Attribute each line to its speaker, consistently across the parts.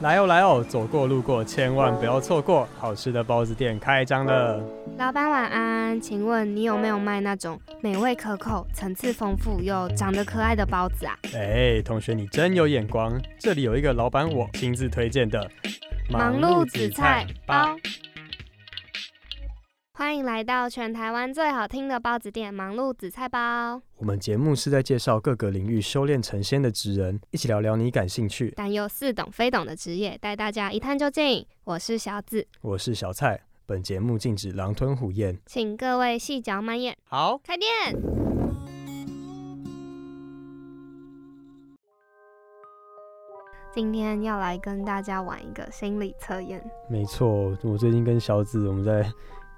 Speaker 1: 来哦来哦，走过路过千万不要错过，好吃的包子店开张了。
Speaker 2: 老板晚安，请问你有没有卖那种美味可口、层次丰富又长得可爱的包子啊？
Speaker 1: 哎，同学你真有眼光，这里有一个老板我亲自推荐的
Speaker 2: 忙碌紫菜包。欢迎来到全台湾最好听的包子店——忙碌紫菜包。
Speaker 1: 我们节目是在介绍各个领域修炼成仙的职人，一起聊聊你感兴趣。
Speaker 2: 但又似懂非懂的职业，带大家一探究竟。我是小紫，
Speaker 1: 我是小蔡，本节目禁止狼吞虎咽。
Speaker 2: 请各位细嚼慢咽，
Speaker 1: 好，
Speaker 2: 开店。今天要来跟大家玩一个心理测验。
Speaker 1: 没错，我最近跟小紫我们在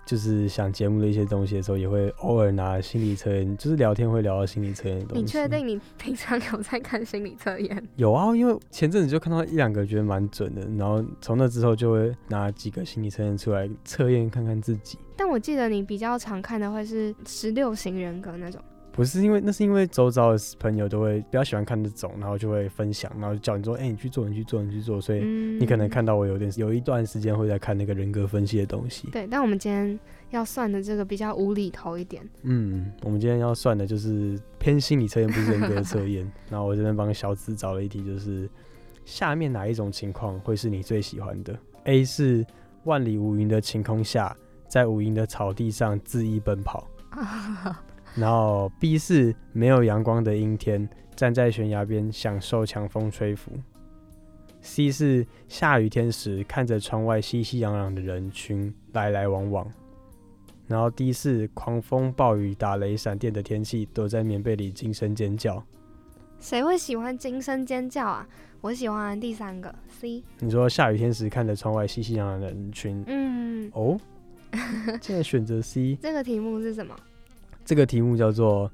Speaker 1: 就是想节目的一些东西的时候，也会偶尔拿心理测验，就是聊天会聊到心理测验的东西。
Speaker 2: 你确定你平常有在看心理测验？
Speaker 1: 有啊，因为前阵子就看到一两个觉得蛮准的，然后从那之后就会拿几个心理测验出来测验看看自己。
Speaker 2: 但我记得你比较常看的会是十六型人格那种。
Speaker 1: 不是因为那是因为周遭的朋友都会比较喜欢看这种，然后就会分享，然后就叫你说，哎、你去做，你去做，你去做，所以
Speaker 2: 嗯
Speaker 1: 你可能看到我有点有一段时间会在看那个人格分析的东西。
Speaker 2: 对，但我们今天要算的这个比较无厘头一点。
Speaker 1: 嗯，我们今天要算的就是偏心理测验，不是人格测验。 然后我这边帮小紫找了一题，就是下面哪一种情况会是你最喜欢的？A 是万里无云的晴空下，在无垠的草地上恣意奔跑。然后 B 是没有阳光的阴天，站在悬崖边享受强风吹拂。C 是下雨天时看着窗外熙熙攘攘的人群来来往往。然后 D 是狂风暴雨打雷闪电的天气，躲在棉被里惊声尖叫。
Speaker 2: 谁会喜欢惊声尖叫啊？我喜欢第三个 C。
Speaker 1: 你说下雨天时看着窗外熙熙攘攘的人群，
Speaker 2: 嗯，
Speaker 1: 哦，现在选择 C。
Speaker 2: 这个题目是什么？
Speaker 1: 这个题目叫做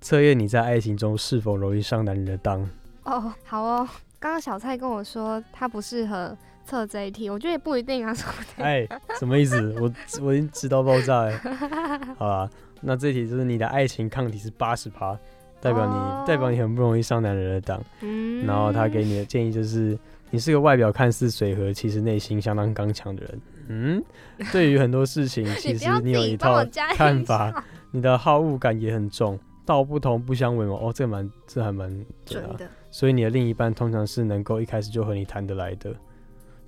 Speaker 1: 测验你在爱情中是否容易上男人的当。
Speaker 2: 哦，好哦。刚刚小蔡跟我说他不适合测这一题，我觉得也不一定啊，说不 定。
Speaker 1: 哎，什么意思？我我已经知道爆炸 哎。好啦，那这题就是你的爱情抗体是八十趴，代表你、
Speaker 2: 哦
Speaker 1: 代表你很不容易上男人的当。
Speaker 2: 嗯
Speaker 1: 然后他给你的建议就是，你是个外表看似随和，其实内心相当刚强的人。嗯，对于很多事 情，其
Speaker 2: 你不
Speaker 1: 实
Speaker 2: 要自
Speaker 1: 你有
Speaker 2: 己
Speaker 1: 一
Speaker 2: 帮我
Speaker 1: 套
Speaker 2: 加
Speaker 1: 看
Speaker 2: 音
Speaker 1: 法
Speaker 2: 效
Speaker 1: 你的好恶感也很重，道不同不相为谋。哦，这蛮这还蛮准
Speaker 2: 准
Speaker 1: 啊。
Speaker 2: 的。
Speaker 1: 所以你的另一半通常是能够一开始就和你谈得来的。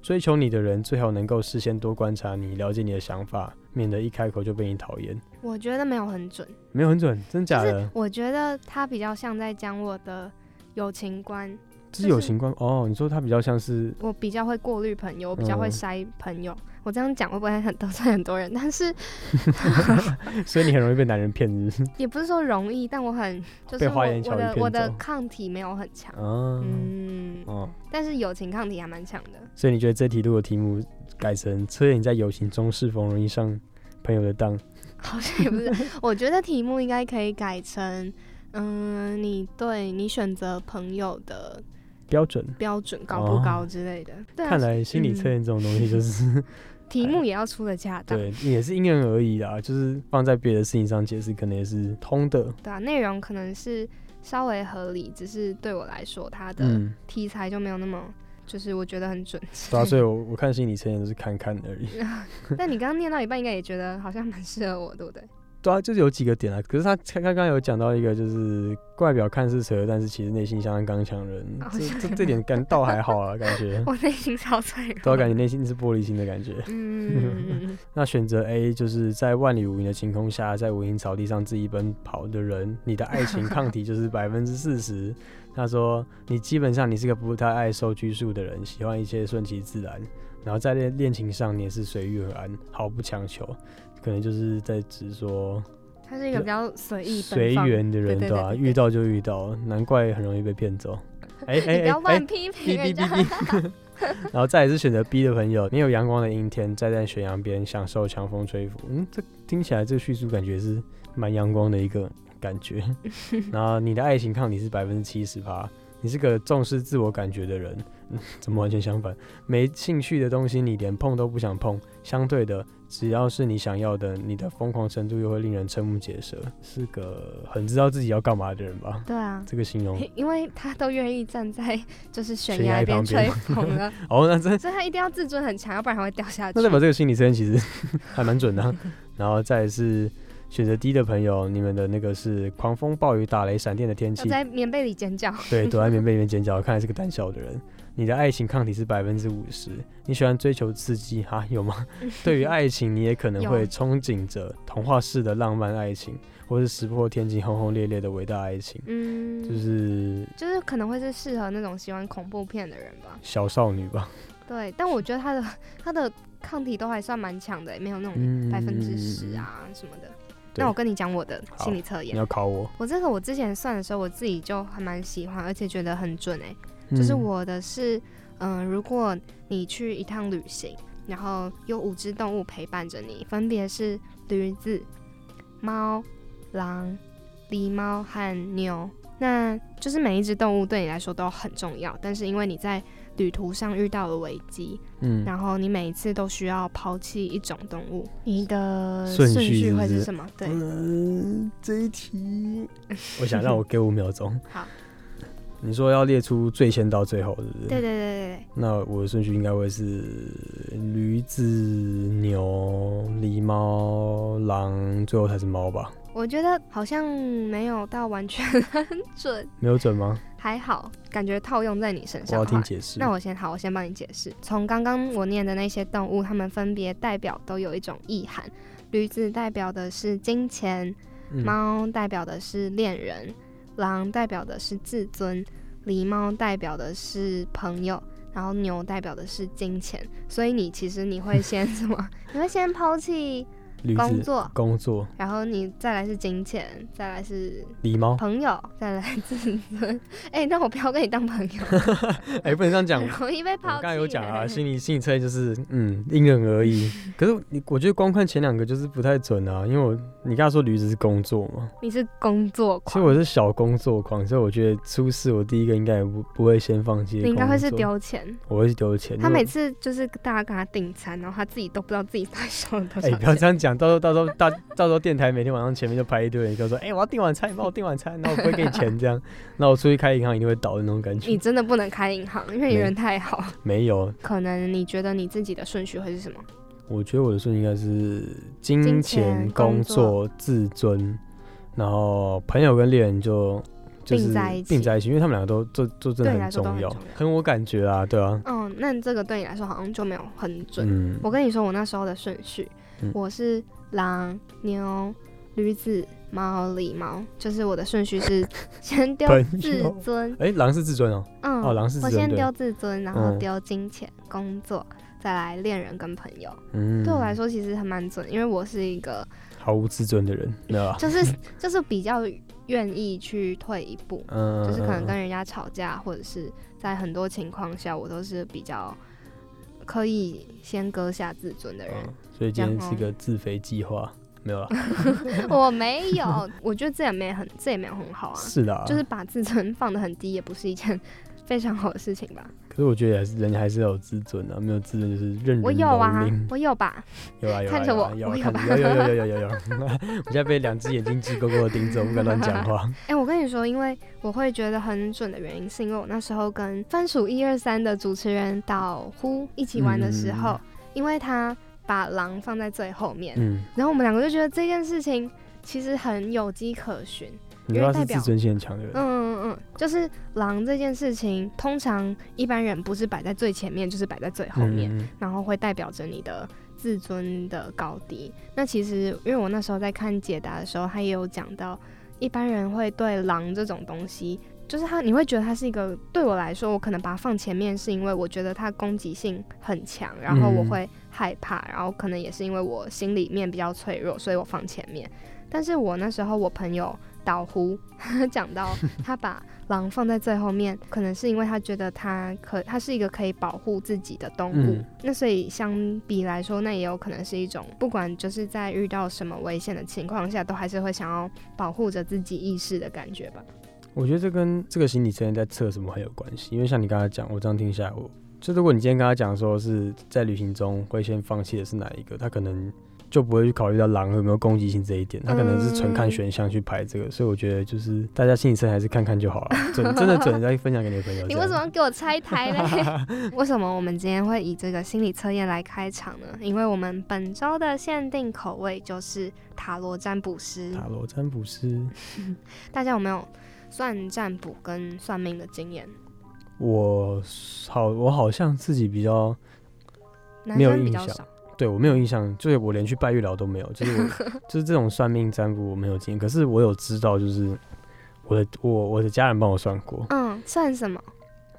Speaker 1: 追求你的人最好能够事先多观察你，了解你的想法，免得一开口就被你讨厌。
Speaker 2: 我觉得没有很准，
Speaker 1: 没有很准，真
Speaker 2: 就
Speaker 1: 假
Speaker 2: 是
Speaker 1: 的？
Speaker 2: 我觉得他比较像在讲我的友情观，
Speaker 1: 这
Speaker 2: 就是
Speaker 1: 友情观哦。你说他比较像 是
Speaker 2: 我比较会过滤朋友，我比较会
Speaker 1: 嗯
Speaker 2: 筛朋友。我这样讲会不会很得罪很多人？但是
Speaker 1: 所以你很容易被男人骗，是不是？
Speaker 2: 也不是说容易，但我很就是
Speaker 1: 被
Speaker 2: 我
Speaker 1: 花言巧
Speaker 2: 我
Speaker 1: 语
Speaker 2: 的
Speaker 1: 骗
Speaker 2: 我的
Speaker 1: 走
Speaker 2: 抗体没有很强，
Speaker 1: 啊，
Speaker 2: 嗯，
Speaker 1: 哦，
Speaker 2: 但是友情抗体还蛮强的。
Speaker 1: 所以你觉得这题如果题目改成测验你在友情中是否容易上朋友的当，
Speaker 2: 好像也不是， 我觉得题目应该可以改成，嗯，你对你选择朋友的
Speaker 1: 标准？
Speaker 2: 标准高不高之类的。对啊
Speaker 1: 哦看，来心理测验这种东西就是、
Speaker 2: 嗯题目也要出啊的恰当，
Speaker 1: 对，也是因人而异啦，就是放在别的事情上解释，可能也是通的。
Speaker 2: 对啊，内容可能是稍微合理，只是对我来说，它的
Speaker 1: 嗯，
Speaker 2: 题材就没有那么，就是我觉得很准。
Speaker 1: 对啊，所以我我看心理测验都是看看而已。
Speaker 2: 但你刚刚念到一半，应该也觉得好像蛮适合我，对不对？
Speaker 1: 对啊，就是有几个点啊。可是他他刚刚有讲到一个，就是外表看似扯，但是其实内心相当刚强的人
Speaker 2: 哦，
Speaker 1: 这这这点感倒还好啊，感觉
Speaker 2: 。我内心超脆
Speaker 1: 对啊，
Speaker 2: 弱。
Speaker 1: 感觉内心是玻璃心的感觉。
Speaker 2: 嗯，
Speaker 1: 那选择 A 就是在万里无云的晴空下，在无垠草地上自己奔跑的人，你的爱情抗体就是百分之四十。他说，你基本上你是个不太爱受拘束的人，喜欢一切顺其自然，然后在恋恋情上你也是随遇而安，毫不强求，可能就是在指说
Speaker 2: 他是一个比较随意
Speaker 1: 随
Speaker 2: 奔放。
Speaker 1: 缘的人，
Speaker 2: 对对
Speaker 1: 吧？
Speaker 2: 对对
Speaker 1: 遇到就遇到，难怪很容易被骗走。哎哎
Speaker 2: 你不
Speaker 1: 哎
Speaker 2: 要
Speaker 1: 哎
Speaker 2: 乱，批评
Speaker 1: 哔哔
Speaker 2: 人
Speaker 1: 哔
Speaker 2: 家。
Speaker 1: 哔。然后再也是选择 B 的朋友，没有阳光的阴天，站在悬崖边享受强风吹拂。嗯，这听起来这个叙述感觉是蛮阳光的一个感觉。然后你的爱情抗体是百分之七十八，你是个重视自我感觉的人，嗯怎么完全相反？没兴趣的东西你连碰都不想碰，相对的，只要是你想要的，你的疯狂程度又会令人瞠目结舌，是个很知道自己要干嘛的人吧？
Speaker 2: 对啊，
Speaker 1: 这个形 容
Speaker 2: 因为他都愿意站在就是悬
Speaker 1: 哦悬崖
Speaker 2: 崖边
Speaker 1: 旁边
Speaker 2: 吹风了，
Speaker 1: 哦，那这
Speaker 2: 所以他一定要自尊很强，要不然他会掉下去
Speaker 1: 那。代表这个心理测验其 实还蛮准的啊、然后再来是选择 D 的朋友，你们的那个是狂风暴雨、打雷、闪电的天
Speaker 2: 要
Speaker 1: 气，
Speaker 2: 哦在棉被里尖叫，
Speaker 1: 对，躲在棉被里面尖叫，看来是个胆小的人。你的爱情抗体是百分之五十，你喜欢追求刺激哈、有 吗？对于爱情，你也可能会
Speaker 2: 有
Speaker 1: 憧憬着童话式的浪漫爱情，或是石破天惊、轰轰烈烈的伟大爱情，
Speaker 2: 嗯，
Speaker 1: 就是
Speaker 2: 就是可能会是适合那种喜欢恐怖片的人吧。
Speaker 1: 小少女吧。
Speaker 2: 对，但我觉得他的他的抗体都还算蛮强的，欸没有那种
Speaker 1: 嗯
Speaker 2: 百分之十。啊什么的。
Speaker 1: 对
Speaker 2: 那我跟你讲我的
Speaker 1: 好
Speaker 2: 心理测
Speaker 1: 你
Speaker 2: 验，
Speaker 1: 要考我，
Speaker 2: 我这个我之前算的时候，我自己就还蛮喜欢，而且觉得很准哎、就是
Speaker 1: 嗯
Speaker 2: 我的是，嗯、如果你去一趟旅行，然后有五只动物陪伴着你，分别是驴子、猫、狼、狸猫和牛。那就是每一只动物对你来说都很重要，但是因为你在旅途上遇到了危机，
Speaker 1: 嗯，
Speaker 2: 然后你每一次都需要抛弃一种动物，你的
Speaker 1: 顺
Speaker 2: 顺
Speaker 1: 序
Speaker 2: 序
Speaker 1: 是不
Speaker 2: 会
Speaker 1: 是
Speaker 2: 是什么？对，
Speaker 1: 嗯，这一题，我想让我给五秒钟。
Speaker 2: 好，
Speaker 1: 你说要列出最先到最后，是不是？
Speaker 2: 对对对对对，
Speaker 1: 那我的顺序应该会是驴子、牛、狸猫、狼，最后才是猫吧？
Speaker 2: 我觉得好像没有到完全很准，
Speaker 1: 没有准吗？
Speaker 2: 还好，感觉套用在你身
Speaker 1: 我
Speaker 2: 上
Speaker 1: 要
Speaker 2: 的
Speaker 1: 听
Speaker 2: 话。
Speaker 1: 解释。
Speaker 2: 那我先好，我先帮你解释。从刚刚我念的那些动物，它们分别代表都有一种意涵。驴子代表的是金钱，
Speaker 1: 嗯
Speaker 2: 猫代表的是恋人，狼代表的是自尊，狸猫代表的是朋友，然后牛代表的是金钱。所以你其实你会先 什么？你会先抛弃
Speaker 1: 驴
Speaker 2: 工
Speaker 1: 子、
Speaker 2: 作，
Speaker 1: 工作、
Speaker 2: 然后你再来是金钱，再来是
Speaker 1: 狸猫。
Speaker 2: 朋友，再来自尊。哎、那我不要跟你当朋友，
Speaker 1: 哎、不能这样 讲
Speaker 2: 很。容易被
Speaker 1: 我
Speaker 2: 抛
Speaker 1: 刚
Speaker 2: 弃。
Speaker 1: 才有讲啊，心理心理测验就是嗯，因人而 异。可是你，我觉得光看前两个就是不太准啊，因为我你刚才说驴子是工作嘛，
Speaker 2: 你是工作
Speaker 1: 其实
Speaker 2: 狂，
Speaker 1: 我是小工作狂，所以我觉得出事我第一个应该也不不会先放弃。
Speaker 2: 你应该会是，丢钱。
Speaker 1: 我会去丢钱。
Speaker 2: 他
Speaker 1: 因为
Speaker 2: 每次就是大家跟他订餐，然后他自己都不知道自己到底收了多
Speaker 1: 哎、
Speaker 2: 少
Speaker 1: 不要
Speaker 2: 钱。
Speaker 1: 这样讲，到时候到时候到到时候电台每天晚上前面就拍一堆人，就说，哎、我要订晚餐， 你帮我订晚餐，那我不会给你钱这样，那我出去开银行一定会倒的那种感
Speaker 2: 你
Speaker 1: 觉。
Speaker 2: 真的不能开银行，因为你
Speaker 1: 没
Speaker 2: 人太好。
Speaker 1: 没有，
Speaker 2: 可能你觉得你自己的顺序会是什么？
Speaker 1: 我觉得我的顺序应该是金钱、
Speaker 2: 金钱
Speaker 1: 工
Speaker 2: 工
Speaker 1: 作、自尊，然后朋友跟恋人就就是
Speaker 2: 并在一起
Speaker 1: 并在一起，因为他们两个都这这真的
Speaker 2: 对
Speaker 1: 很
Speaker 2: 你来说都
Speaker 1: 重
Speaker 2: 很
Speaker 1: 要
Speaker 2: 重，要
Speaker 1: 很我感觉啊，对啊，
Speaker 2: 嗯，那这个对你来说好像就没有很准。
Speaker 1: 嗯，
Speaker 2: 我跟你说，我那时候的顺序，
Speaker 1: 嗯
Speaker 2: 我是狼、牛、驴子、猫、狸猫，就是我的顺序 是先丢
Speaker 1: 朋
Speaker 2: 自
Speaker 1: 友
Speaker 2: 尊，
Speaker 1: 哎、狼是自尊哦，
Speaker 2: 嗯，
Speaker 1: 哦狼是
Speaker 2: 我
Speaker 1: 自尊
Speaker 2: 先
Speaker 1: 对
Speaker 2: 丢自尊，然后
Speaker 1: 嗯
Speaker 2: 丢金钱、工作，再来恋人跟朋友。
Speaker 1: 嗯，
Speaker 2: 对我来说其实还蛮准，因为我是一个
Speaker 1: 毫无自尊的人，没有啊，
Speaker 2: 就是就是比较愿意去退一步，
Speaker 1: 嗯，
Speaker 2: 就是可能
Speaker 1: 嗯
Speaker 2: 跟人家吵架，或者是在很多情况下，我都是比较可以先割下自尊的人。
Speaker 1: 嗯，所以今天是一个自肥计划，没有啦， 嗯
Speaker 2: 我没有，我觉得这也没很这也没有很好啊，
Speaker 1: 是啦，
Speaker 2: 就是把自尊放得很低，也不是一件 非常好的事情吧。
Speaker 1: 可是我觉得还是人还是要有自尊啊，没有自尊就是任人
Speaker 2: 我有啊
Speaker 1: 蹂躏，
Speaker 2: 我有吧，
Speaker 1: 有啊有啊，
Speaker 2: 看着我
Speaker 1: 有啊
Speaker 2: 我
Speaker 1: 有
Speaker 2: 有
Speaker 1: 啊看着有有有有有有有， 我现在被两只眼睛直勾勾的盯着，我不敢乱讲 话。
Speaker 2: 哎、我跟你说，因为我会觉得很准的原因，是因为我那时候跟番薯一二三的主持人岛呼一起玩的时候，
Speaker 1: 嗯
Speaker 2: 因为他把狼放在最后面，
Speaker 1: 嗯，
Speaker 2: 然后我们两个就觉得这件事情其实很有迹可循。
Speaker 1: 你说他是自尊心很强的人，
Speaker 2: 嗯嗯嗯，就是狼这件事情，通常一般人不是摆在最前面，就是摆在最后面。
Speaker 1: 嗯
Speaker 2: 然后会代表着你的自尊的高低。那其实，因为我那时候在看解答的时候，他也有讲到，一般人会对狼这种东西，就是他你会觉得它是一个，对我来说，我可能把它放前面，是因为我觉得它攻击性很强，然后我
Speaker 1: 嗯
Speaker 2: 会害怕，然后可能也是因为我心里面比较脆弱，所以我放前面。但是我那时候我朋友岛湖 讲到，他把狼放在最后面，可能是因为他觉得它可它是一个可以保护自己的动物，
Speaker 1: 嗯
Speaker 2: 那所以相比来说，那也有可能是一种不管就是在 遇到什么危险的情况下，都还是会想要保护着自己意识的感觉吧。
Speaker 1: 我觉得这跟这个心理测验在测什么很有关系，因为像你刚才讲，我这样听下来，我就如果你今天跟他讲说是在旅行中会先放弃的是哪一个，他可能就不会去考虑到狼有没有攻击性这一点，他可能是纯看选项去排这个，所以我觉得就是大家心理测验还是看看就好了，准真的准再分享给你的朋友。
Speaker 2: 你为什么要给我拆 台嘞？为什么我们今天会以这个心理测验来开场呢？因为我们本周的限定口味就是塔罗占卜师。
Speaker 1: 塔罗占卜师，
Speaker 2: 大家有没有算占卜跟算命的经验？
Speaker 1: 我好，我好像自己比较
Speaker 2: 男
Speaker 1: 没有
Speaker 2: 生比
Speaker 1: 印
Speaker 2: 较
Speaker 1: 象
Speaker 2: 少。
Speaker 1: 对我没有印象，就是我连去拜月老都没有，就是 我就是这种算命占卜我没有经验，可是我有知道，就是我的我我的家人帮我算过，
Speaker 2: 嗯，算什么？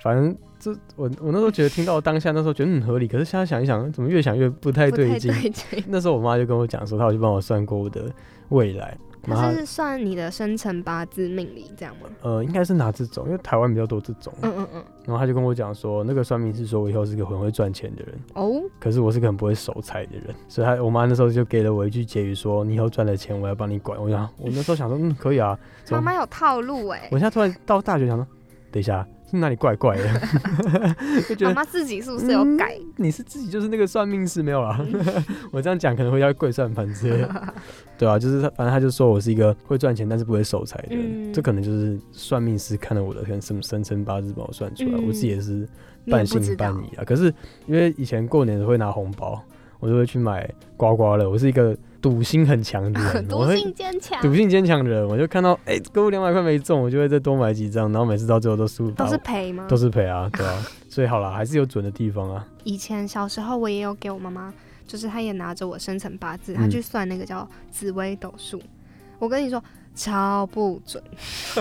Speaker 1: 反正这我我那时候觉得听到当下那时候觉得很合理，可是现在想一想，怎么越想越不太
Speaker 2: 不太
Speaker 1: 哎对劲。
Speaker 2: 对劲。
Speaker 1: 那时候我妈就跟我讲说，她有去帮我算过我的未来， 然
Speaker 2: 它
Speaker 1: 后
Speaker 2: 是算你的生辰八字命理这样吗？
Speaker 1: 她呃应该是拿这种，因为台湾比较多这种，
Speaker 2: 嗯嗯嗯。
Speaker 1: 然后她就跟我讲说，那个算命是说我以后是个很会赚钱的人，
Speaker 2: 哦，
Speaker 1: 可是我是个很不会守财的人，所以他我妈那时候就给了我一句结语说：“你以后赚了钱，我要帮你管。”我想，我那时候想说，嗯，可以啊。怎
Speaker 2: 妈
Speaker 1: 么
Speaker 2: 妈有套路哎、
Speaker 1: 我现在突然到大学想说，等一下，是哪里怪怪的？就觉
Speaker 2: 妈
Speaker 1: 得
Speaker 2: 妈自己是不是有
Speaker 1: 嗯
Speaker 2: 改？
Speaker 1: 你是自己就是那个算命师没有啦。 我这样讲可能会要跪算盘之类的，对啊，就是他，反正他就说我是一个会赚钱但是不会守财的人，
Speaker 2: 嗯
Speaker 1: 这可能就是算命师看了我的可能什么生辰八字帮我算出来，我自己也是嗯
Speaker 2: 你也
Speaker 1: 半
Speaker 2: 不知
Speaker 1: 信半
Speaker 2: 道。
Speaker 1: 疑啊。可是因为以前过年会拿红包，我就会去买刮刮乐。我是一个赌心很强的 人，我
Speaker 2: 毒
Speaker 1: 会
Speaker 2: 性坚强，
Speaker 1: 赌性坚强的人，我就看到哎，给我两百块没中，我就会再多买几张，然后每次到最后都输，
Speaker 2: 都是
Speaker 1: 啊
Speaker 2: 赔吗？
Speaker 1: 都是赔 啊，对啊。所以好啦，还是有准的地方啊。
Speaker 2: 以前小时候我也有给我妈妈，就是她也拿着我生辰八字，
Speaker 1: 嗯
Speaker 2: 她去算那个叫紫微斗数。我跟你说超不准，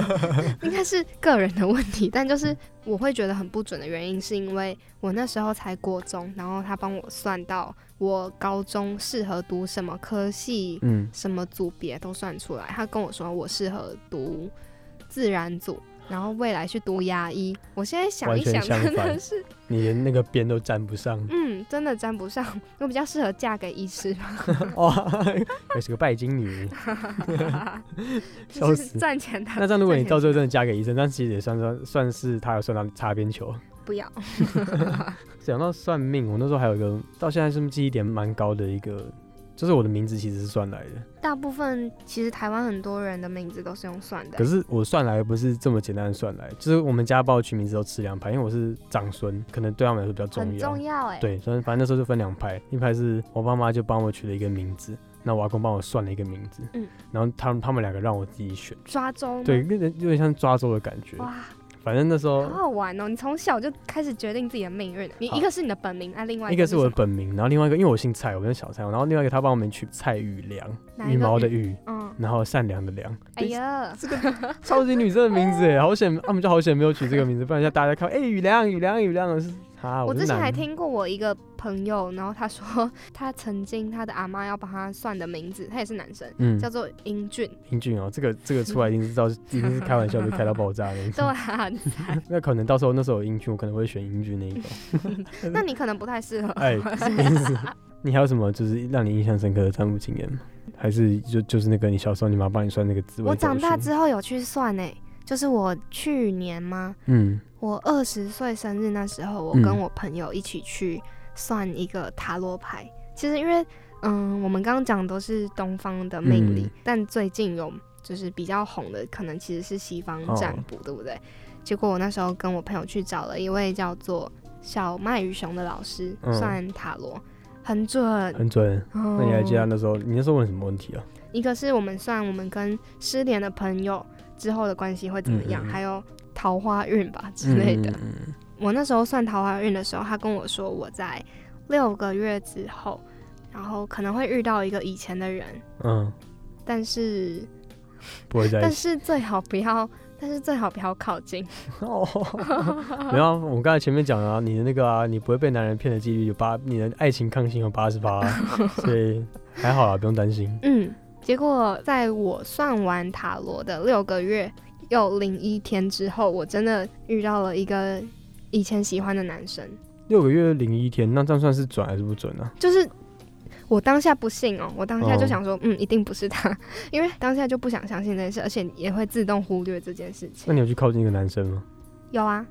Speaker 2: 应该是个人的问题，但就是我会觉得很不准的原因，是因为我那时候才国中，然后她帮我算到我高中适合读什么科系、
Speaker 1: 嗯，
Speaker 2: 什么组别都算出来。她跟我说我适合读自然组。然后未来去读牙医，我现在想一
Speaker 1: 完全
Speaker 2: 想，
Speaker 1: 相
Speaker 2: 真的
Speaker 1: 反
Speaker 2: 是
Speaker 1: 你连那个边都沾不 上
Speaker 2: 嗯，真的沾不上， 我比较适合嫁给医师吧，
Speaker 1: 哦，还是个拜金女。
Speaker 2: 就
Speaker 1: 笑
Speaker 2: 是
Speaker 1: 死
Speaker 2: 赚钱的。
Speaker 1: 那这样，如果你到最后
Speaker 2: 赚钱
Speaker 1: 真的嫁给医生，那其实也算算算是他有算到擦边球。
Speaker 2: 不要，
Speaker 1: 讲到算命，我那时候还有一个到现在是记忆点蛮高的一个，就是我的名字其实是算来的，
Speaker 2: 大部分其实台湾很多人的名字都是用算的
Speaker 1: 可。是我算来不是这么简单的算来，就是我们家帮我取名字都吃两派，因为我是长孙，可能对他们来说比较重
Speaker 2: 很
Speaker 1: 要。
Speaker 2: 重要哎、
Speaker 1: 对，所以反正那时候就分两派，一派是我爸妈就帮我取了一个名字，那我阿公帮我算了一个名字，
Speaker 2: 嗯
Speaker 1: 然后他们他们两个让我自己选，
Speaker 2: 抓周吗
Speaker 1: 对，，有点有点像抓周的感觉。
Speaker 2: 哇，
Speaker 1: 反正那时候
Speaker 2: 好好玩哦！你从小就开始决定自己的命运了，你
Speaker 1: 好
Speaker 2: 一个是你的本名，啊，另外
Speaker 1: 一个
Speaker 2: 是
Speaker 1: 是我的
Speaker 2: 什么
Speaker 1: 本名，然后另外一个因为我姓蔡，我跟小蔡，然后另外一个他帮我们取蔡雨良，
Speaker 2: 哪一
Speaker 1: 羽
Speaker 2: 个
Speaker 1: 毛的
Speaker 2: 羽
Speaker 1: 羽，啊
Speaker 2: 嗯，
Speaker 1: 然后善良的良。
Speaker 2: 哎呀，
Speaker 1: 超级女生的名字哎，好险，他们就好险没有取这个名字，不然现在大家看，哎、雨良，雨良，雨良是啊，
Speaker 2: 我
Speaker 1: 是
Speaker 2: 之前
Speaker 1: 男
Speaker 2: 还听过我一个朋友，然后他说他曾经他的阿妈要帮他算的名字，他也是男生，
Speaker 1: 嗯
Speaker 2: 叫做英俊，
Speaker 1: 英俊哦，这个这个出来一定知 道，一定是开玩笑就开到爆炸的。
Speaker 2: 对啊， 很惨
Speaker 1: 那可能到时候那时候有英俊，我可能会选英俊那一 个。
Speaker 2: 那你可能不太适合。
Speaker 1: 哎，什么意思？你还有什么就是让你印象深刻的占卜经验吗？还是就就是那个你小时候你妈帮你算那个字？
Speaker 2: 我长大之后有去算诶、就是我去年吗？
Speaker 1: 嗯
Speaker 2: 我二十岁生日那时候，我
Speaker 1: 嗯
Speaker 2: 跟我朋友一起去算一个塔罗牌。其实因为嗯，我们刚刚讲都是东方的命理，
Speaker 1: 嗯
Speaker 2: 但最近有就是比较红的，可能其实是西
Speaker 1: 哦
Speaker 2: 方占卜，对不对？结果我那时候跟我朋友去找了一位叫做小麦与熊的老师、
Speaker 1: 嗯
Speaker 2: 算塔罗，很准。
Speaker 1: 很准。
Speaker 2: 那
Speaker 1: 那你还记得那时候你那时候问什么问题啊？
Speaker 2: 一个是我们算我们跟失联的朋友之后的关系会怎么样，
Speaker 1: 嗯嗯嗯
Speaker 2: 还有桃花运吧之类的。
Speaker 1: 嗯，嗯
Speaker 2: 我那时候算桃花运的时候，他跟我说我在六个月之后，然后可能会遇到一个以前的人，
Speaker 1: 嗯，
Speaker 2: 但是
Speaker 1: 不会在一
Speaker 2: 但
Speaker 1: 起。
Speaker 2: 是最好不要，但是最好不要靠近。
Speaker 1: 哦， 没有啊，我刚才前面讲了、啊，你的那个啊，你不会被男人骗的几率有八，你的爱情抗性有八十八，啊所以还好啦，不用担心。
Speaker 2: 嗯，结果在我算完塔罗的六个月又零一天之后，我真的遇到了一个以前喜欢的男生。
Speaker 1: 六个月零一天，那这样算是准还是不准呢、啊
Speaker 2: 就是我当下不信哦，我当下就
Speaker 1: 哦
Speaker 2: 想说，嗯，一定不是他， 因为当下就不想相信这件事，而且也会自动忽略这件事
Speaker 1: 那
Speaker 2: 情。
Speaker 1: 你有去靠近一个男生吗？
Speaker 2: 有啊，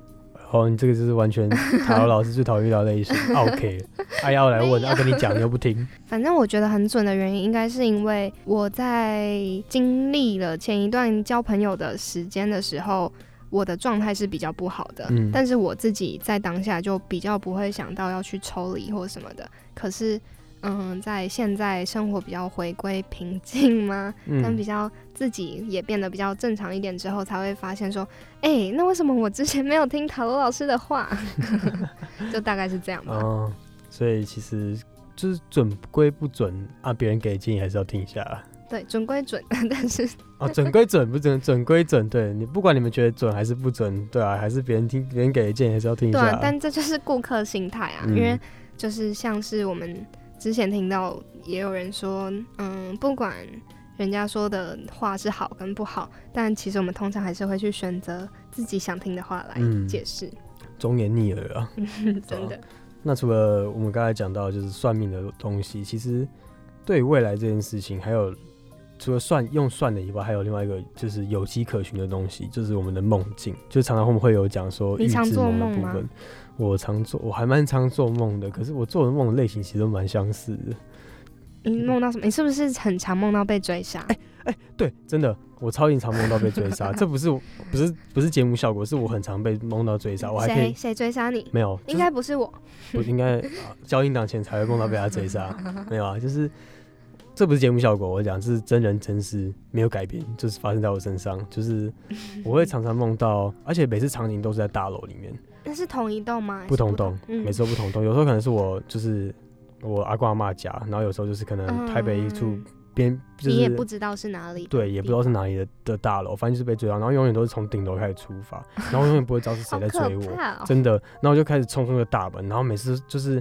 Speaker 1: 哦，你这个就是完全塔罗老师最讨厌遇到的类型。啊 OK，哎要来问，要、跟你讲，你又不听。
Speaker 2: 反正我觉得很准的原因，应该是因为我在经历了前一段交朋友的时间的时候，我的状态是比较不好的。
Speaker 1: 嗯
Speaker 2: 但是我自己在当下就比较不会想到要去抽离或什么的。可是，嗯，在现在生活比较回归平静吗？但
Speaker 1: 嗯
Speaker 2: 比，较自己也变得比较正常一点之后，才会发现说，哎、那为什么我之前没有听塔罗老师的话？ 就大概是这样吧。
Speaker 1: 哦，所以其实就是准归不准啊，别人给建议还是要听一下啊。
Speaker 2: 对，准归准，但是
Speaker 1: 啊，准归准，不准准归准。对你，不管你们觉得准还是不准，对啊，还是别人听别人给的建议还是要听一
Speaker 2: 对
Speaker 1: 下
Speaker 2: 啊
Speaker 1: 啊。，
Speaker 2: 但这就是顾客心态啊，
Speaker 1: 嗯
Speaker 2: 因为就是像是我们之前听到也有人说，嗯，不管人家说的话是好跟不好，但其实我们通常还是会去选择自己想听的话来
Speaker 1: 嗯
Speaker 2: 解释，嗯
Speaker 1: 忠言逆耳啊。
Speaker 2: 真的，
Speaker 1: 那除了我们刚才讲到就是算命的东西，其实对于未来这件事情，还有除了算用算的以外，还有另外一个就是有迹可循的东西，就是我们的梦境。就常常我们会有讲说
Speaker 2: 你
Speaker 1: 预
Speaker 2: 常
Speaker 1: 知
Speaker 2: 做
Speaker 1: 梦的
Speaker 2: 梦
Speaker 1: 部
Speaker 2: 吗
Speaker 1: 分。我常做，我还蛮常做梦的，可是我做的梦类型其实都蛮相似的。
Speaker 2: 你梦到什么？你是不是很常梦到被追杀？
Speaker 1: 哎对，真的，我超级常梦到被追杀，这不是我不是不是节目效果，是我很常被梦到追杀，我还可
Speaker 2: 谁
Speaker 1: 以
Speaker 2: 谁追杀你？
Speaker 1: 没有，就是
Speaker 2: 应该不是我，
Speaker 1: 我应该啊交音档前才会梦到被他追杀，没有啊，就是这不是节目效果，我讲是真人真事，没有改变，就是发生在我身上， 就是我会常常梦到，而且每次场景都是在大楼里面，
Speaker 2: 那是同一栋吗？还是
Speaker 1: 不同栋，
Speaker 2: 嗯
Speaker 1: 每次都不同栋，有时候可能是我就是我阿公阿妈家，然后有时候就是可能台北一处
Speaker 2: 嗯
Speaker 1: 边就
Speaker 2: 你也
Speaker 1: 是
Speaker 2: 不知道是哪里。
Speaker 1: 对，也不知道是哪里的的大楼，反正就是被追到，然后永远都是从顶楼开始出发，然后永远不会知道是谁
Speaker 2: 好
Speaker 1: 在
Speaker 2: 可
Speaker 1: 追我，
Speaker 2: 怕哦！
Speaker 1: 真的。然后我就开始冲出那个大门，然后每次就是，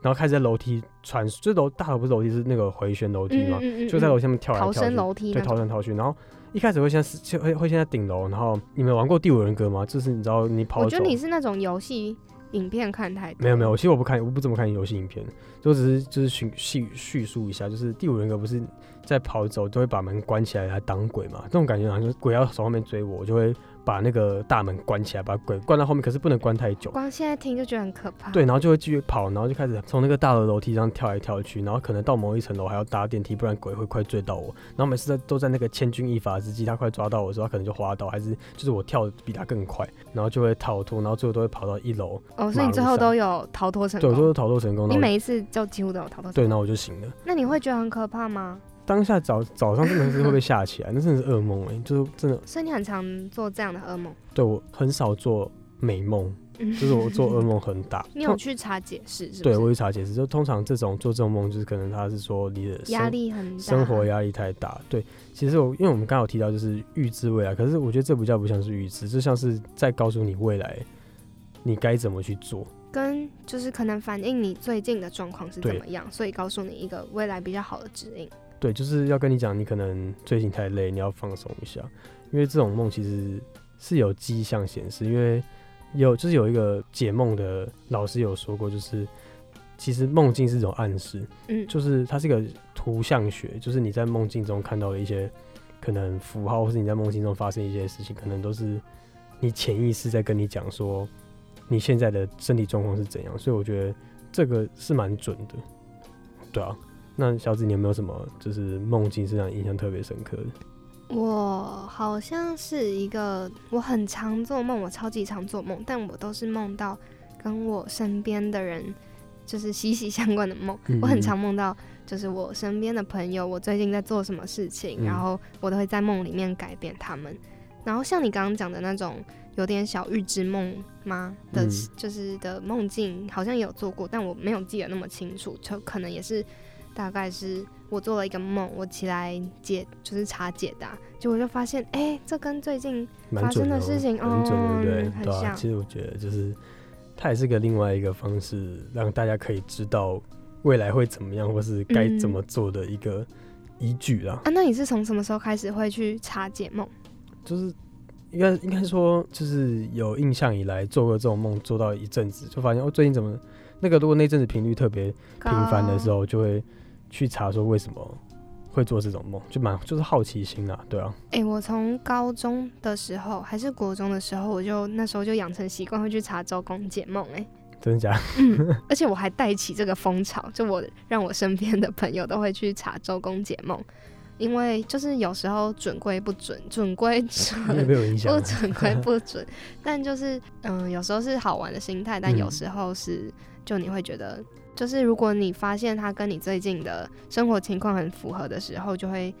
Speaker 1: 然后开始在楼梯穿，就楼大楼不是楼梯是那个回旋楼梯嘛，
Speaker 2: 嗯
Speaker 1: 就在楼下面跳来
Speaker 2: 逃
Speaker 1: 跳
Speaker 2: 生
Speaker 1: 去，
Speaker 2: 楼梯
Speaker 1: 对，
Speaker 2: 那
Speaker 1: 逃
Speaker 2: 种，
Speaker 1: 生逃去，然后。一开始会先是会会先在顶楼，然后你们玩过《第五人格》吗？就是你知道你跑
Speaker 2: 我
Speaker 1: 走
Speaker 2: 觉得，你是那种游戏影片看太多。
Speaker 1: 没有没有，其实我不看，我不怎么看游戏影片，就只是就是叙叙叙述一下，就是第五人格不是在跑走就会把门关起来来挡鬼嘛，这种感觉好像就是鬼要从后面追我，我就会把那个大门关起来，把鬼关到后面，可是不能关太久。
Speaker 2: 光现在听就觉得很可怕。
Speaker 1: 对，，然后就会继续跑，然后就开始从那个大楼楼梯上跳来跳去，然后可能到某一层楼还要搭电梯，不然鬼会快追到我。然后每次在都在那个千钧一发之际，他快抓到我的时候，他可能就滑倒，还是就是我跳得比他更快，然后就会逃脱，然后最后都会跑到一楼，
Speaker 2: 哦，所以
Speaker 1: 马
Speaker 2: 你
Speaker 1: 路
Speaker 2: 最后
Speaker 1: 上
Speaker 2: 都有逃脱成
Speaker 1: 对，我最
Speaker 2: 功。
Speaker 1: 后逃脱成功。然
Speaker 2: 你
Speaker 1: 后
Speaker 2: 每一次就几乎都有逃脱成
Speaker 1: 对，
Speaker 2: 功。
Speaker 1: 然后我就醒了。
Speaker 2: 那你会觉得很可怕吗？
Speaker 1: 当下早早上真的是会被吓起来，那真的是噩梦哎、就是真的
Speaker 2: 所以你很常做这样的噩梦。
Speaker 1: 对我很少做美梦，
Speaker 2: 嗯
Speaker 1: 就是我做噩梦很大
Speaker 2: 。你有
Speaker 1: 通
Speaker 2: 去查解释是不
Speaker 1: 对
Speaker 2: 是？
Speaker 1: 我去查解释，就通常这种做这种梦，就是可能他是说你的生
Speaker 2: 压力很大。
Speaker 1: 生活压力太大。对，其实我因为我们刚刚有提到就是预知未来，可是我觉得这不叫不像是预知，就像是在告诉你未来你该怎么去做。
Speaker 2: 跟就是可能反映你最近的状况是怎
Speaker 1: 对
Speaker 2: 么样，所以告诉你一个未来比较好的指引。
Speaker 1: 对，就是要跟你讲，你可能最近太累，你要放松一下，因为这种梦其实是有迹象显示，因为有就是有一个解梦的老师有说过，就是其实梦境是一种暗示，
Speaker 2: 嗯，
Speaker 1: 就是它是一个图像学，就是你在梦境中看到的一些可能符号，或是你在梦境中发生一些事情，可能都是你潜意识在跟你讲说你现在的身体状况是怎样。所以我觉得这个是蛮准的，对啊。那小紫，你有没有什么就是梦境是让你印象特别深刻的？
Speaker 2: 我好像是一个，我很常做梦，我超级常做梦，但我都是梦到跟我身边的人就是息息相关的梦。
Speaker 1: 嗯
Speaker 2: 我很常梦到就是我身边的朋友，我最近在做什么事情，
Speaker 1: 嗯
Speaker 2: 然后我都会在梦里面改变他们。然后像你刚刚讲的那种有点小预知梦吗的，
Speaker 1: 嗯
Speaker 2: 就是的梦境，好像有做过，但我没有记得那么清楚，就可能也是大概是我做了一个梦，我起来解就是查解答，结果就发现，哎、这跟最近
Speaker 1: 蛮
Speaker 2: 发
Speaker 1: 准
Speaker 2: 生的
Speaker 1: 哦
Speaker 2: 事情
Speaker 1: 很准，对不对？
Speaker 2: 嗯很
Speaker 1: 对啊，
Speaker 2: 像
Speaker 1: 其实我觉得就是它也是个另外一个方式，让大家可以知道未来会怎么样，或是
Speaker 2: 嗯
Speaker 1: 该怎么做的一个依据啦。
Speaker 2: 啊，那你是从什么时候开始会去查解梦？
Speaker 1: 就是应该应该说，就是有印象以来做过这种梦，做到一阵子，就发现哦，最近怎么那个如果那阵子频率特别频繁的时
Speaker 2: 候，
Speaker 1: 候，就会去查说为什么会做这种梦，就蛮就是好奇心啦、对啊，
Speaker 2: 哎、我从高中的时候还是国中的时候，我就那时候就养成习惯会去查周公解梦、哎，
Speaker 1: 真的假的？
Speaker 2: 而且我还带起这个风潮，就我让我身边的朋友都会去查周公解梦，因为就是有时候准归不准，准归
Speaker 1: 你 也
Speaker 2: 准，
Speaker 1: 被我影响
Speaker 2: 不
Speaker 1: 了，
Speaker 2: 准归不准，但就是嗯，有时候是好玩的心态，但
Speaker 1: 嗯
Speaker 2: 有时候是就你会觉得，就是如果你发现它跟你最近的生活情况很符合的时候，就会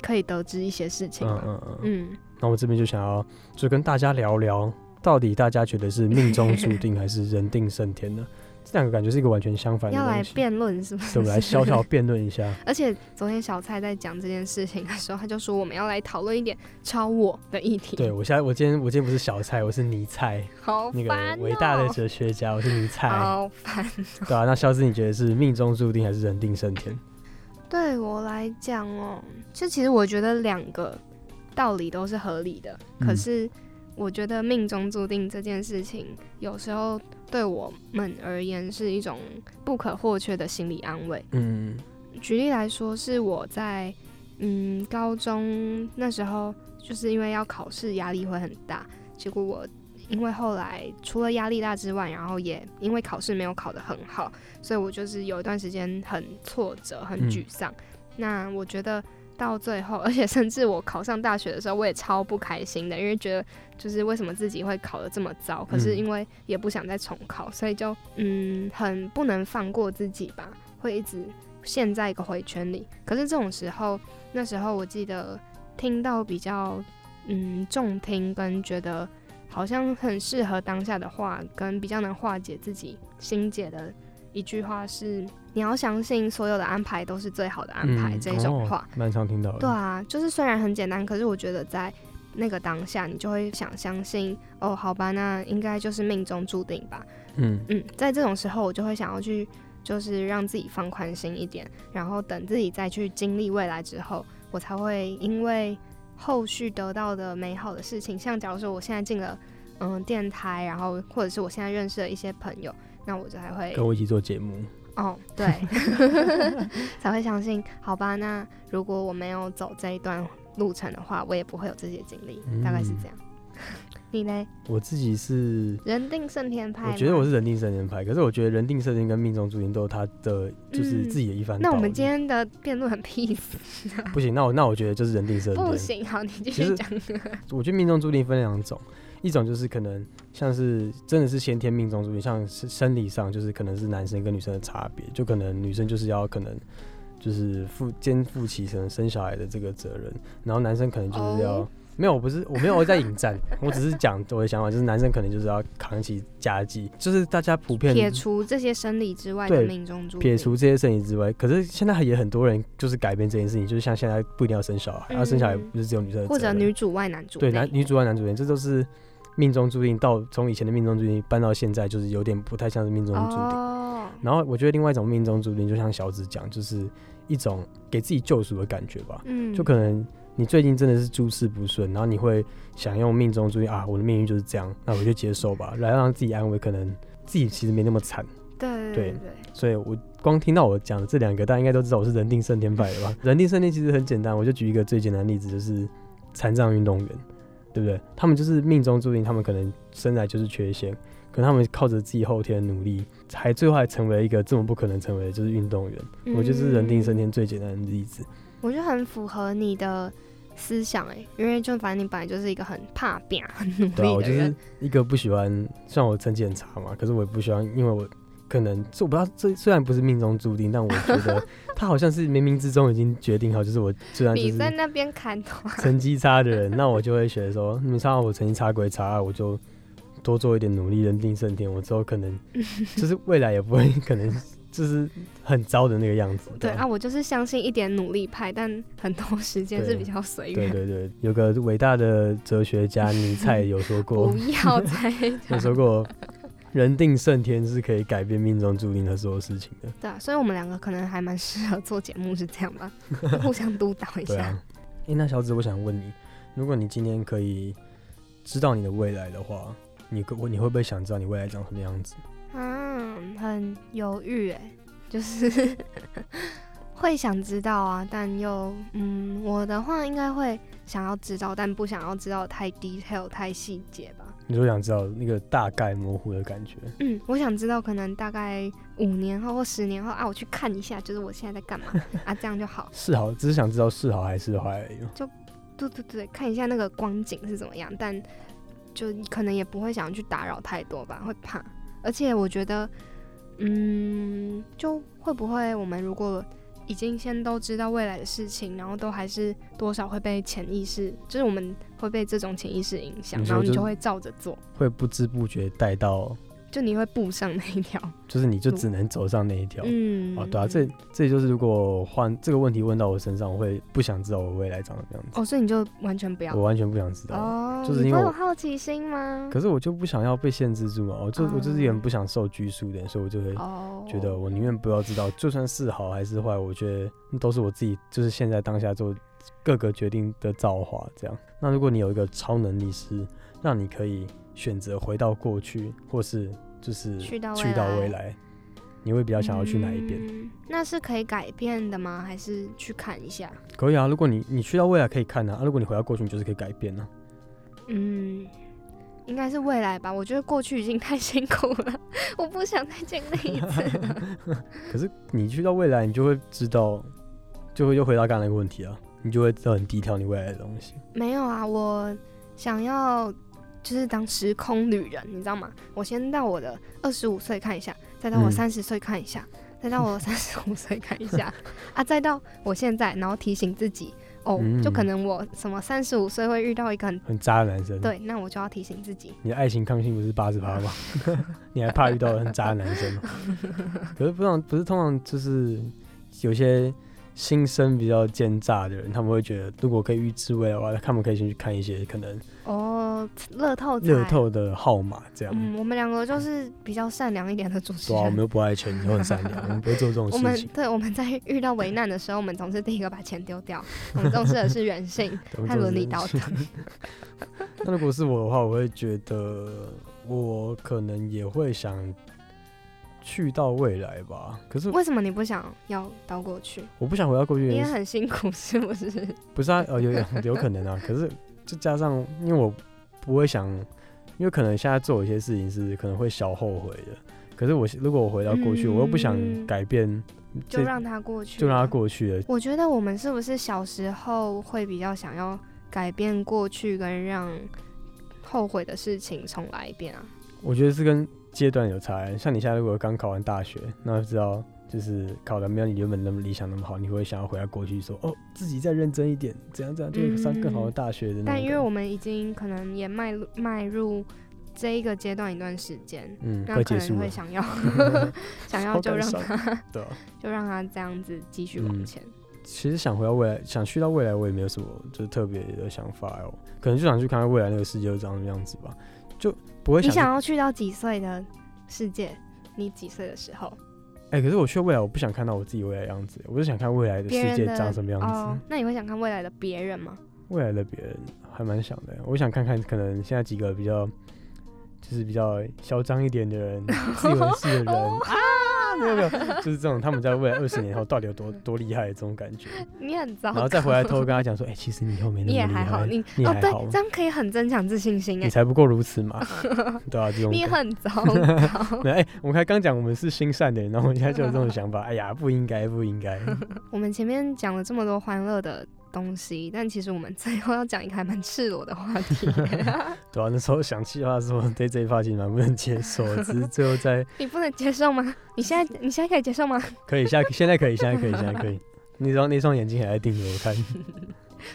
Speaker 2: 可以得知一些事情
Speaker 1: 嗯
Speaker 2: 吧。
Speaker 1: 嗯嗯。
Speaker 2: 嗯，
Speaker 1: 那我这边就想要就跟大家聊聊，到底大家觉得是命中注定还是人定胜 天呢？这两个感觉是一个完全相反的
Speaker 2: 要来
Speaker 1: 东西。
Speaker 2: 辩论是不是？
Speaker 1: 对，我们来小小辩论一 下。
Speaker 2: 而且昨天小蔡在讲这件事情的时候，他就说我们要来讨论一点超我的议题。
Speaker 1: 对，我现在，我今天我今天不是小蔡，我是尼蔡，
Speaker 2: 好
Speaker 1: 那
Speaker 2: 烦、
Speaker 1: 个
Speaker 2: 哦
Speaker 1: 伟大的哲学家，我是尼蔡，
Speaker 2: 好烦。
Speaker 1: 对啊。那肖子，你觉得是命中注定还是人定胜天？
Speaker 2: 对我来讲哦，就其实我觉得两个道理都是合理的，
Speaker 1: 嗯
Speaker 2: 可是我觉得命中注定这件事情，有时候对我们而言是一种不可或缺的心理 安慰。
Speaker 1: 嗯，
Speaker 2: 举例来说，是我在嗯高中那时候，就是因为要考试，压力会很大。结果我因为后来除了压力大之外，然后也因为考试没有考得很好，所以我就是有一段时间很挫折、很
Speaker 1: 嗯
Speaker 2: 沮丧。那我觉得到最后， 而且甚至我考上大学的时候，我也超不开心的，因为觉得就是为什么自己会考得这么糟，可是
Speaker 1: 嗯
Speaker 2: 因为也不想再重考，所以就嗯很不能放过自己吧，会一直陷在一个回圈里。可是这种时候，那时候我记得听到比较嗯重听跟觉得好像很适合当下的话，跟比较能化解自己心结的一句话是：你要相信所有的安排都是最好的安排、
Speaker 1: 嗯
Speaker 2: 这种话。
Speaker 1: 哦蛮、常听到的。
Speaker 2: 对啊，就是虽然很简单，可是我觉得在那个当下，你就会想相信哦，好吧，那应该就是命中注定吧。
Speaker 1: 嗯，
Speaker 2: 嗯，在这种时候，我就会想要去，就是让自己放宽心一点，然后等自己再去经历未来之后，我才会因为后续得到的美好的事情，像假如说我现在进了嗯电台，然后或者是我现在认识了一些朋友，那我就还会
Speaker 1: 跟我一起做节目，
Speaker 2: 哦， 对，才会相信。好吧，那如果我没有走这一段路程的话，我也不会有这些经历，
Speaker 1: 嗯
Speaker 2: 大概是这样。 你嘞，
Speaker 1: 我自己是。
Speaker 2: 人定胜天派吗？
Speaker 1: 我觉得我是人定胜天派，可是我觉得人定胜天跟命中注定都有它的就是自己的一番道
Speaker 2: 嗯那
Speaker 1: 理、
Speaker 2: 我们今天的辩论很 peace，
Speaker 1: 不行，那我那我觉得就是人定胜天，
Speaker 2: 不行，好，你继
Speaker 1: 其
Speaker 2: 续
Speaker 1: 实
Speaker 2: 讲。
Speaker 1: 我觉得命中注定分两种，一种就是可能像是真的是先天命中注定，像是生理上就是可能是男生跟女生的差别，就可能女生就是要可能就是负肩负起可能生小孩的这个责任，然后男生可能就是要、
Speaker 2: 哦
Speaker 1: 没有，我不是我没有在引战，我只是讲我的想法，就是男生可能就是要扛起家计，就是大家普遍
Speaker 2: 撇除这些生理之外的
Speaker 1: 对
Speaker 2: 命中注定，
Speaker 1: 撇除这些事情之外，可是现在也很多人就是改变这件事情，就是像现在不一定要生小孩，然后、生小孩
Speaker 2: 嗯
Speaker 1: 不是只有女生的责任，啊
Speaker 2: 或者女主外男主
Speaker 1: 对
Speaker 2: 内
Speaker 1: 男女主外男主人，这都是命中注定。到从以前的命中注定搬到现在，就是有点不太像是命中注定。
Speaker 2: 哦，
Speaker 1: 然后我觉得另外一种命中注定，就像小紫讲，就是一种给自己救赎的感觉吧。
Speaker 2: 嗯，
Speaker 1: 就可能你最近真的是诸事不顺，然后你会想用命中注定啊，我的命运就是这样，那我就接受吧，来让自己安慰，可能自己其实没那么惨。
Speaker 2: 对对
Speaker 1: 对
Speaker 2: 对，
Speaker 1: 所以我光听到我讲的这两个，大家应该都知道我是人定胜天派的吧？人定胜天其实很简单，我就举一个最简单的例子，就是残障运动员，对不对？他们就是命中注定，他们可能生来就是缺陷，可他们靠着自己后天的努力，还最后还成为一个这么不可能成为的就是运动员。
Speaker 2: 对
Speaker 1: 我就是人定胜
Speaker 2: 嗯
Speaker 1: 天最简单的例子。
Speaker 2: 我觉得很符合你的思想哎、因为就反正你本来就是一个很怕变、很努
Speaker 1: 对啊，
Speaker 2: 力
Speaker 1: 我
Speaker 2: 的
Speaker 1: 就是
Speaker 2: 人，
Speaker 1: 一个不喜欢，虽然我成绩很差嘛，可是我也不喜欢，因为我可能这我不知道，这虽然不是命中注定，但我觉得他好像是冥冥之中已经决定好，就是我虽然 就
Speaker 2: 你
Speaker 1: 是
Speaker 2: 在那边砍头，啊
Speaker 1: 成绩差的 人，那我就会觉得说，你差我成绩差归差，我就多做一点努力，人定胜天。我之后可能 就是未来也不会可能 就是很糟的那个样子。
Speaker 2: 对
Speaker 1: 吧
Speaker 2: 啊，我就是相信一点努力派，但很多时间是
Speaker 1: 对
Speaker 2: 比较随
Speaker 1: 对
Speaker 2: 缘。
Speaker 1: 对对，有个伟大的哲学家尼采有说过
Speaker 2: 不， 要再
Speaker 1: 有说过，人定胜天是可以改变命中注定的所有事情 的。
Speaker 2: 对啊，所以我们两个可能还蛮适合做节目，是这样吧？互相督导一
Speaker 1: 对
Speaker 2: 下。
Speaker 1: 啊，诶，那小紫，我想问你，如果你今天可以知道你的未来的话，你会你会不会想知道你未来长什么样子？
Speaker 2: 啊嗯，很犹豫哎、就是欸 会想知道啊，但又嗯，我的话应该会想要知道，但不想要知道太 detail 太细节吧。
Speaker 1: 你说想知道那个大概模糊的感觉，
Speaker 2: 嗯，我想知道可能大概五年后或十年后啊，我去看一下，就是我现在在 干嘛啊，这样就好。
Speaker 1: 是好，只是想知道是好还是坏而已嘛。
Speaker 2: 对对对，看一下那个光景是怎么样，但就可能也不会想要去打扰太多吧，会怕。而且我觉得，嗯，就会不会我们如果已经先都知道未来的事情，然后都还是多少会被潜意识，就是我们会被这种潜意识影响，
Speaker 1: 你说
Speaker 2: 然后你
Speaker 1: 就
Speaker 2: 就会照着做，
Speaker 1: 会不知不觉带到，
Speaker 2: 就你会步上那 一条。
Speaker 1: 就是你就只能走上那一条。
Speaker 2: 嗯，
Speaker 1: 哦，对啊，这这就是如果换这个问题问到我身上，我会不想知道我未来长什么样子，
Speaker 2: 哦，所以你就完全不要
Speaker 1: 我完全不想知道。
Speaker 2: 哦，
Speaker 1: 就是
Speaker 2: 你
Speaker 1: 因为
Speaker 2: 会有
Speaker 1: 我
Speaker 2: 好奇心吗？
Speaker 1: 可是我就不想要被限制住嘛，我就、我就是有
Speaker 2: 啊
Speaker 1: 点不想受拘束的，所以我就会
Speaker 2: 哦，
Speaker 1: 觉得我宁愿不要知道，就算是好还是坏，我觉得都是我自己，就是现在当下做各个决定的造化这样。那如果你有一个超能力是让你可以选择回到过去，或是就是
Speaker 2: 去到未
Speaker 1: 去到
Speaker 2: 来
Speaker 1: 未来，你会比较想要去哪一边？
Speaker 2: 嗯那是可以改变的吗？还是去看一下？
Speaker 1: 可以啊，如果你你去到未来可以看啊，啊如果你回到过去，你就是可以改变啊。
Speaker 2: 嗯，应该是未来吧。我觉得过去已经太辛苦了， 我不想再经历一次了。
Speaker 1: 可是你去到未来，你就会知道，就会又回到刚才那个问题啊，你就会知道很低调你未来的东西。
Speaker 2: 没有啊，我想要就是当时空旅人，你知道吗？我先到我的二十五岁看一下，再到我
Speaker 1: 嗯
Speaker 2: 三十岁看一下，再到 我三十五岁看一下， 啊，再到我现在，然后提醒自己。哦，就可
Speaker 1: 嗯
Speaker 2: 能我什么三十五岁会遇到一个很
Speaker 1: 很渣的男生，，
Speaker 2: 对，那我就要提醒自己，
Speaker 1: 你的爱情抗性不是八十趴吗？你还怕遇到很渣的男生吗？可是不常不是通常就是有些心生比较奸诈的人，他们会觉得如果可以预知未来的话，他们可以先去看一些可能
Speaker 2: 哦，乐透彩
Speaker 1: 乐透的号码这样。
Speaker 2: 嗯，我们两个就是比较善良一点的主持
Speaker 1: 对啊，我
Speaker 2: 人。
Speaker 1: 们又不爱钱，又很善良，我们不会做这种
Speaker 2: 我
Speaker 1: 事
Speaker 2: 们
Speaker 1: 情。
Speaker 2: 对我们在遇到危难的时候，我们总是第一个把钱丢掉。我们重视的是人性
Speaker 1: 我们
Speaker 2: 和
Speaker 1: 做
Speaker 2: 伦
Speaker 1: 这
Speaker 2: 理
Speaker 1: 种
Speaker 2: 道
Speaker 1: 事
Speaker 2: 德。
Speaker 1: 那如果是我的话，我会觉得我可能也会想去到未来吧。可是
Speaker 2: 为什么你不想要倒过去？
Speaker 1: 我不想回到过去的
Speaker 2: 你也
Speaker 1: 原嗯因，
Speaker 2: 很辛苦， 是不是？
Speaker 1: 不是啊，呃，有有 有可能啊。可是就加上，因为我不会想，因为可能现在做有些事情是可能会小后悔的。可是我如果我回到过去，
Speaker 2: 嗯
Speaker 1: 我又不想改变，
Speaker 2: 就让它过去，
Speaker 1: 就让它。过去了。
Speaker 2: 我觉得我们是不是小时候会比较想要改变过去，跟让后悔的事情重来一遍啊？
Speaker 1: 我觉得是跟阶段有差欸、像你现在如果刚考完大学，那知道就是考的没有你原本那么理想那么好，你会想要回到过去说，哦，自己再认真一点，怎样怎样，就会上更好的大学的那种感
Speaker 2: 但
Speaker 1: 觉。
Speaker 2: 因为我们已经可能也迈入迈入这一个阶段一段时间，
Speaker 1: 嗯，
Speaker 2: 那
Speaker 1: 快
Speaker 2: 可
Speaker 1: 结
Speaker 2: 能
Speaker 1: 束
Speaker 2: 会
Speaker 1: 了，
Speaker 2: 想要 想要
Speaker 1: 好
Speaker 2: 就
Speaker 1: 感
Speaker 2: 让
Speaker 1: 伤
Speaker 2: 他
Speaker 1: 对啊。
Speaker 2: 就让他这样子继续往
Speaker 1: 嗯
Speaker 2: 前。
Speaker 1: 其实想回到未来，想去到未来，我也没有什么就是特别的想法哦，可能就想去看看未来那个世界是长什么样子吧，就不会
Speaker 2: 你
Speaker 1: 想去。
Speaker 2: 想要去到几岁的世界？你几岁的时候？
Speaker 1: 哎、可是我去未来，我不想看到我自己未来的样子，我是想看未来的
Speaker 2: 别
Speaker 1: 世
Speaker 2: 人
Speaker 1: 界
Speaker 2: 的
Speaker 1: 长什么样子。
Speaker 2: 哦，那你会想看未来的别人吗？
Speaker 1: 未来的别人还蛮想的，我想看看可能现在几个比较就是比较嚣张一点的人，自以为是 的人
Speaker 2: 哦
Speaker 1: 啊，没有没有，就是这种他们在未来二十年后到底有多多厉害的这种感 觉，
Speaker 2: 你很糟
Speaker 1: 然
Speaker 2: 糕，
Speaker 1: 后再回来偷跟他讲说，哎、其实你以后没那
Speaker 2: 你
Speaker 1: 么厉
Speaker 2: 也
Speaker 1: 害，
Speaker 2: 还好，你
Speaker 1: 哎你也
Speaker 2: 哦
Speaker 1: 还
Speaker 2: 对
Speaker 1: 好，
Speaker 2: 这样可以很增强自信心
Speaker 1: 你
Speaker 2: 哎。
Speaker 1: 才不过如此 嘛，对啊，这种
Speaker 2: 你
Speaker 1: 感觉。
Speaker 2: 很糟糕。
Speaker 1: 哎、我们还刚讲我们是心善的人，然后我们现在就有这种想 法，哎呀，不应该，不应该。
Speaker 2: 我们前面讲了这么多欢乐的东西，但其实我们最后要讲一个还蛮赤裸的话题。
Speaker 1: 对啊，那时候想气话的时候，对这一发其实蛮不能接受的，只是最后在
Speaker 2: 你不能接受 吗？你现在你现在可以接受吗？
Speaker 1: 可以，现在现在可以，现在可以，现在 可以。那双那双眼睛还在盯着我看，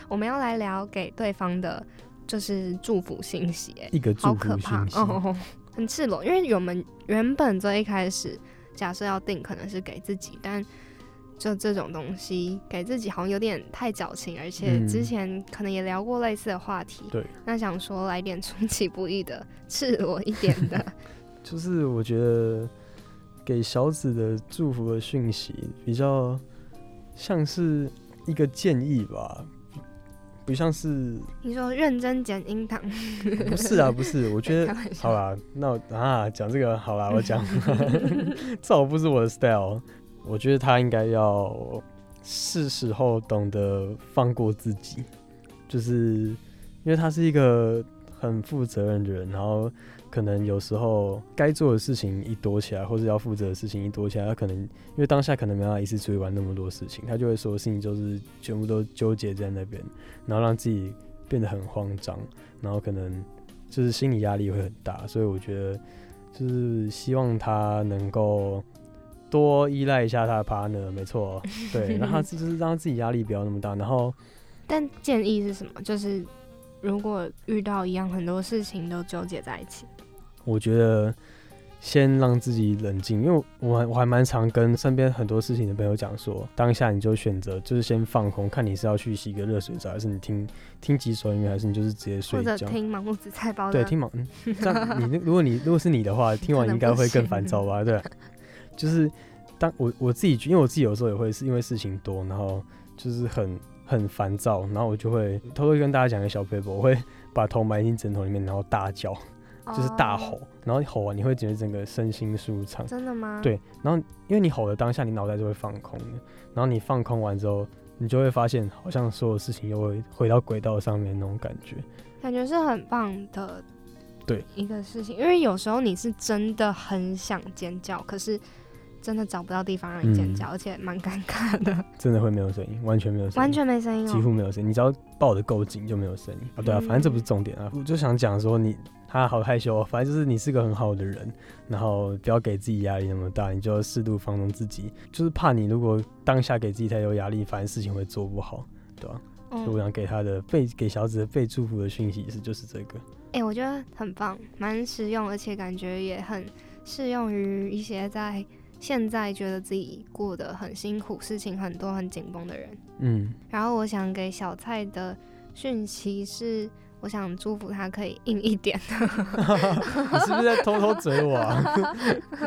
Speaker 2: 我们要来聊给对方的，就是祝福信息、欸，
Speaker 1: 一个
Speaker 2: 好
Speaker 1: 祝
Speaker 2: 可
Speaker 1: 福
Speaker 2: 怕
Speaker 1: 信息。
Speaker 2: 哦，很赤裸。因为我们原本最一开始假设要定，可能是给自己，但就这种东西给自己好像有点太矫情，而且
Speaker 1: 嗯
Speaker 2: 之前可能也聊过类似的话题。
Speaker 1: 对，
Speaker 2: 那想说来点出其不意的、赤裸一点 的，
Speaker 1: 就是我觉得给小紫的祝福的讯息比较像是一个建议吧，不像 是
Speaker 2: 你说认真捡樱桃，
Speaker 1: 不是啊，不是，我觉
Speaker 2: 开
Speaker 1: 得
Speaker 2: 玩笑
Speaker 1: 好啦，那我啊讲 这个好啦，我讲，这好不是我的 style。我觉得他应该要是时候懂得放过自己，就是因为他是一个很负责任的人，然后可能有时候该做的事情一躲起来，或者要负责的事情一躲起来，他可能因为当下可能没办法一次处理完那么多事情，他就会所有事情就是全部都纠结在那边，然后让自己变得很慌张，然后可能就是心理压力会很大，所以我觉得就是希望他能够。多依赖一下他的 partner，没错，哦 对，让他就是让自己压力不要那么大，然后
Speaker 2: 但建议是什么？就是如果遇到一样很多事情都纠结在一起，
Speaker 1: 我觉得先让自己冷静，因为我还我还蛮常跟身边很多事情的朋友讲说，当下你就选择就是先放空，看你是要去洗个热水澡，还是你听听几首音乐，还是你就是直接
Speaker 2: 或
Speaker 1: 睡
Speaker 2: 者
Speaker 1: 觉。
Speaker 2: 听盲目紫菜包
Speaker 1: 对，
Speaker 2: 的
Speaker 1: 听完，嗯，这样你那如果你如果是你的话，听完
Speaker 2: 可能
Speaker 1: 应该
Speaker 2: 不
Speaker 1: 会更
Speaker 2: 行
Speaker 1: 烦躁吧？对，就是当我我自己，因为我自己有时候也会是因为事情多，然后就是很很烦躁，然后我就会偷偷跟大家讲个小 paper，我会把头埋进枕头里面，然后大叫，就是大吼
Speaker 2: 哦，
Speaker 1: 然后你吼完你会觉得整个身心舒畅。
Speaker 2: 真的吗？，
Speaker 1: 对，然后因为你吼的当下，你脑袋就会放空的，然后你放空完之后，你就会发现好像所有事情又会回到轨道上面那种感觉。
Speaker 2: 感觉是很棒的。
Speaker 1: 对
Speaker 2: 一个事情，因为有时候你是真的很想尖叫，可是真的找不到地方让你尖
Speaker 1: 嗯
Speaker 2: 叫，而且蛮尴尬 的，
Speaker 1: 真的会没有声音，完全没有声音，
Speaker 2: 完全没声音
Speaker 1: 几
Speaker 2: 哦。
Speaker 1: 乎没有声音。你只要抱得够紧就没有声音啊。对啊，
Speaker 2: 嗯
Speaker 1: 反正这不是重点啊。我就想讲说你他好害羞、哦，反正就是你是个很好的人，然后不要给自己压力那么大，你就要适度放纵自己。就是怕你如果当下给自己太多压力，反正事情会做不好。所以我
Speaker 2: 嗯，
Speaker 1: 想给他的被给小紫的被祝福的讯息是就是这个，
Speaker 2: 哎、我觉得很棒，蛮实用，而且感觉也很适用于一些在现在觉得自己过得很辛苦、事情很多、很紧绷的人。
Speaker 1: 嗯，
Speaker 2: 然后我想给小蔡的讯息是，我想祝福他可以硬一点。
Speaker 1: 你是不是在偷偷嘴我 啊？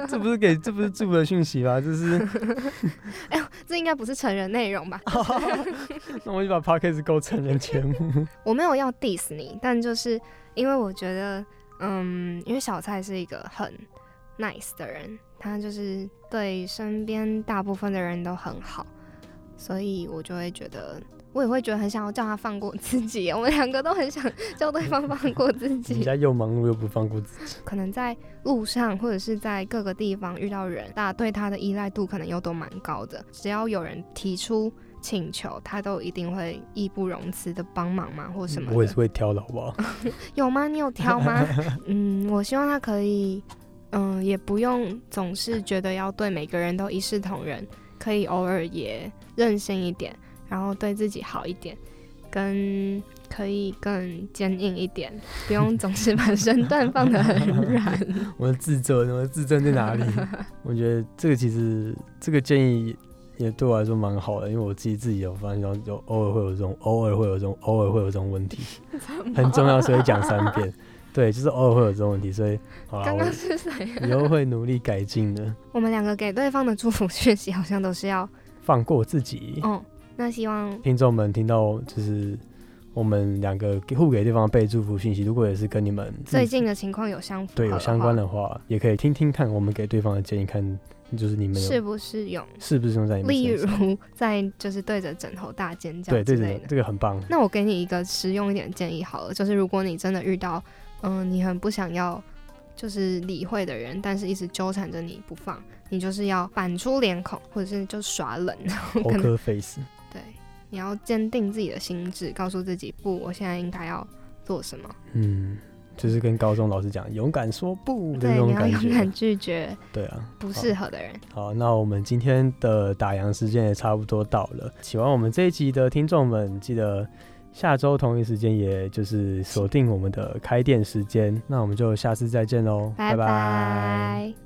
Speaker 1: 这不是给这不是祝福的讯息吧？这是
Speaker 2: 哎这应该不是成人内容吧？
Speaker 1: 那我就把 p o d c a s t 够成人节目，
Speaker 2: 我没有要 diss 你，但就是因为我觉得，嗯，因为小蔡是一个很 nice 的人，他就是对身边大部分的人都很好，所以我就会觉得。我也会觉得很想要叫他放过自己， 我们两个都很想叫对方放过自
Speaker 1: 人
Speaker 2: 己。
Speaker 1: 家又忙碌又不放过自己。
Speaker 2: 可能在路上或者是在各个地方遇到人，大家对他的依赖度可能又都蛮高的。只要有人提出请求，他都一定会义不容辞的帮忙嘛，或什么
Speaker 1: 嗯我也
Speaker 2: 的
Speaker 1: 是。会挑的，好不好？
Speaker 2: 有吗？你有挑吗？ 嗯，我希望他可以，嗯，也不用总是觉得要对每个人都一视同仁，可以偶尔也任性一点，然后对自己好一点，跟可以更坚硬一点，不用总是把身段放得很软。
Speaker 1: 我的自尊，我的自尊在哪 里？我觉得这个其实这个建议也对我来说蛮好的，因为我自己自己有发现到，就偶尔会有这种，偶尔会有这种，偶尔会有这种 问题，很重要，所以讲三遍。对，就是偶尔会有这种问题，所以好啦，
Speaker 2: 刚刚
Speaker 1: 我
Speaker 2: 是谁？
Speaker 1: 以后会努力改进的，
Speaker 2: 我们两个给对方的祝福讯息好像都是要，
Speaker 1: 放过自己。
Speaker 2: 嗯，那希望
Speaker 1: 听众们听到就是我们两个互给对方被祝福信息，如果也是跟你们自己
Speaker 2: 最近的情况有相符合
Speaker 1: 对有相关
Speaker 2: 的
Speaker 1: 的话，也可以听听看我们给对方的建议，看就是你
Speaker 2: 话
Speaker 1: 们有
Speaker 2: 适不适用。
Speaker 1: 是不是用在你们
Speaker 2: 例
Speaker 1: 身上？
Speaker 2: 如 在就是对着枕头大尖叫
Speaker 1: 对
Speaker 2: 之
Speaker 1: 对
Speaker 2: 类
Speaker 1: 对，
Speaker 2: 的。
Speaker 1: 这个很棒。
Speaker 2: 那我给你一个实用一点的建议好了，就是如果你真的遇到，嗯，你很不想要就是理会的人，但是一直纠缠着你不放，你就是要板出脸孔，或者是就耍冷， 可能
Speaker 1: Poker face，
Speaker 2: 对，你要坚定自己的心智，告诉自己不，我现在应该要做什么。
Speaker 1: 嗯，就是跟高中老师讲勇敢说不的那
Speaker 2: 对，
Speaker 1: 种
Speaker 2: 你要
Speaker 1: 感
Speaker 2: 勇敢
Speaker 1: 觉。
Speaker 2: 拒绝
Speaker 1: 对啊，
Speaker 2: 不适合的人。
Speaker 1: 好，那我们今天的打烊时间也差不多到了。喜欢我们这一集的听众们，记得下周同一时间，也就是锁定我们的开店时间。那我们就下次再见喽，
Speaker 2: 拜
Speaker 1: 拜
Speaker 2: 拜。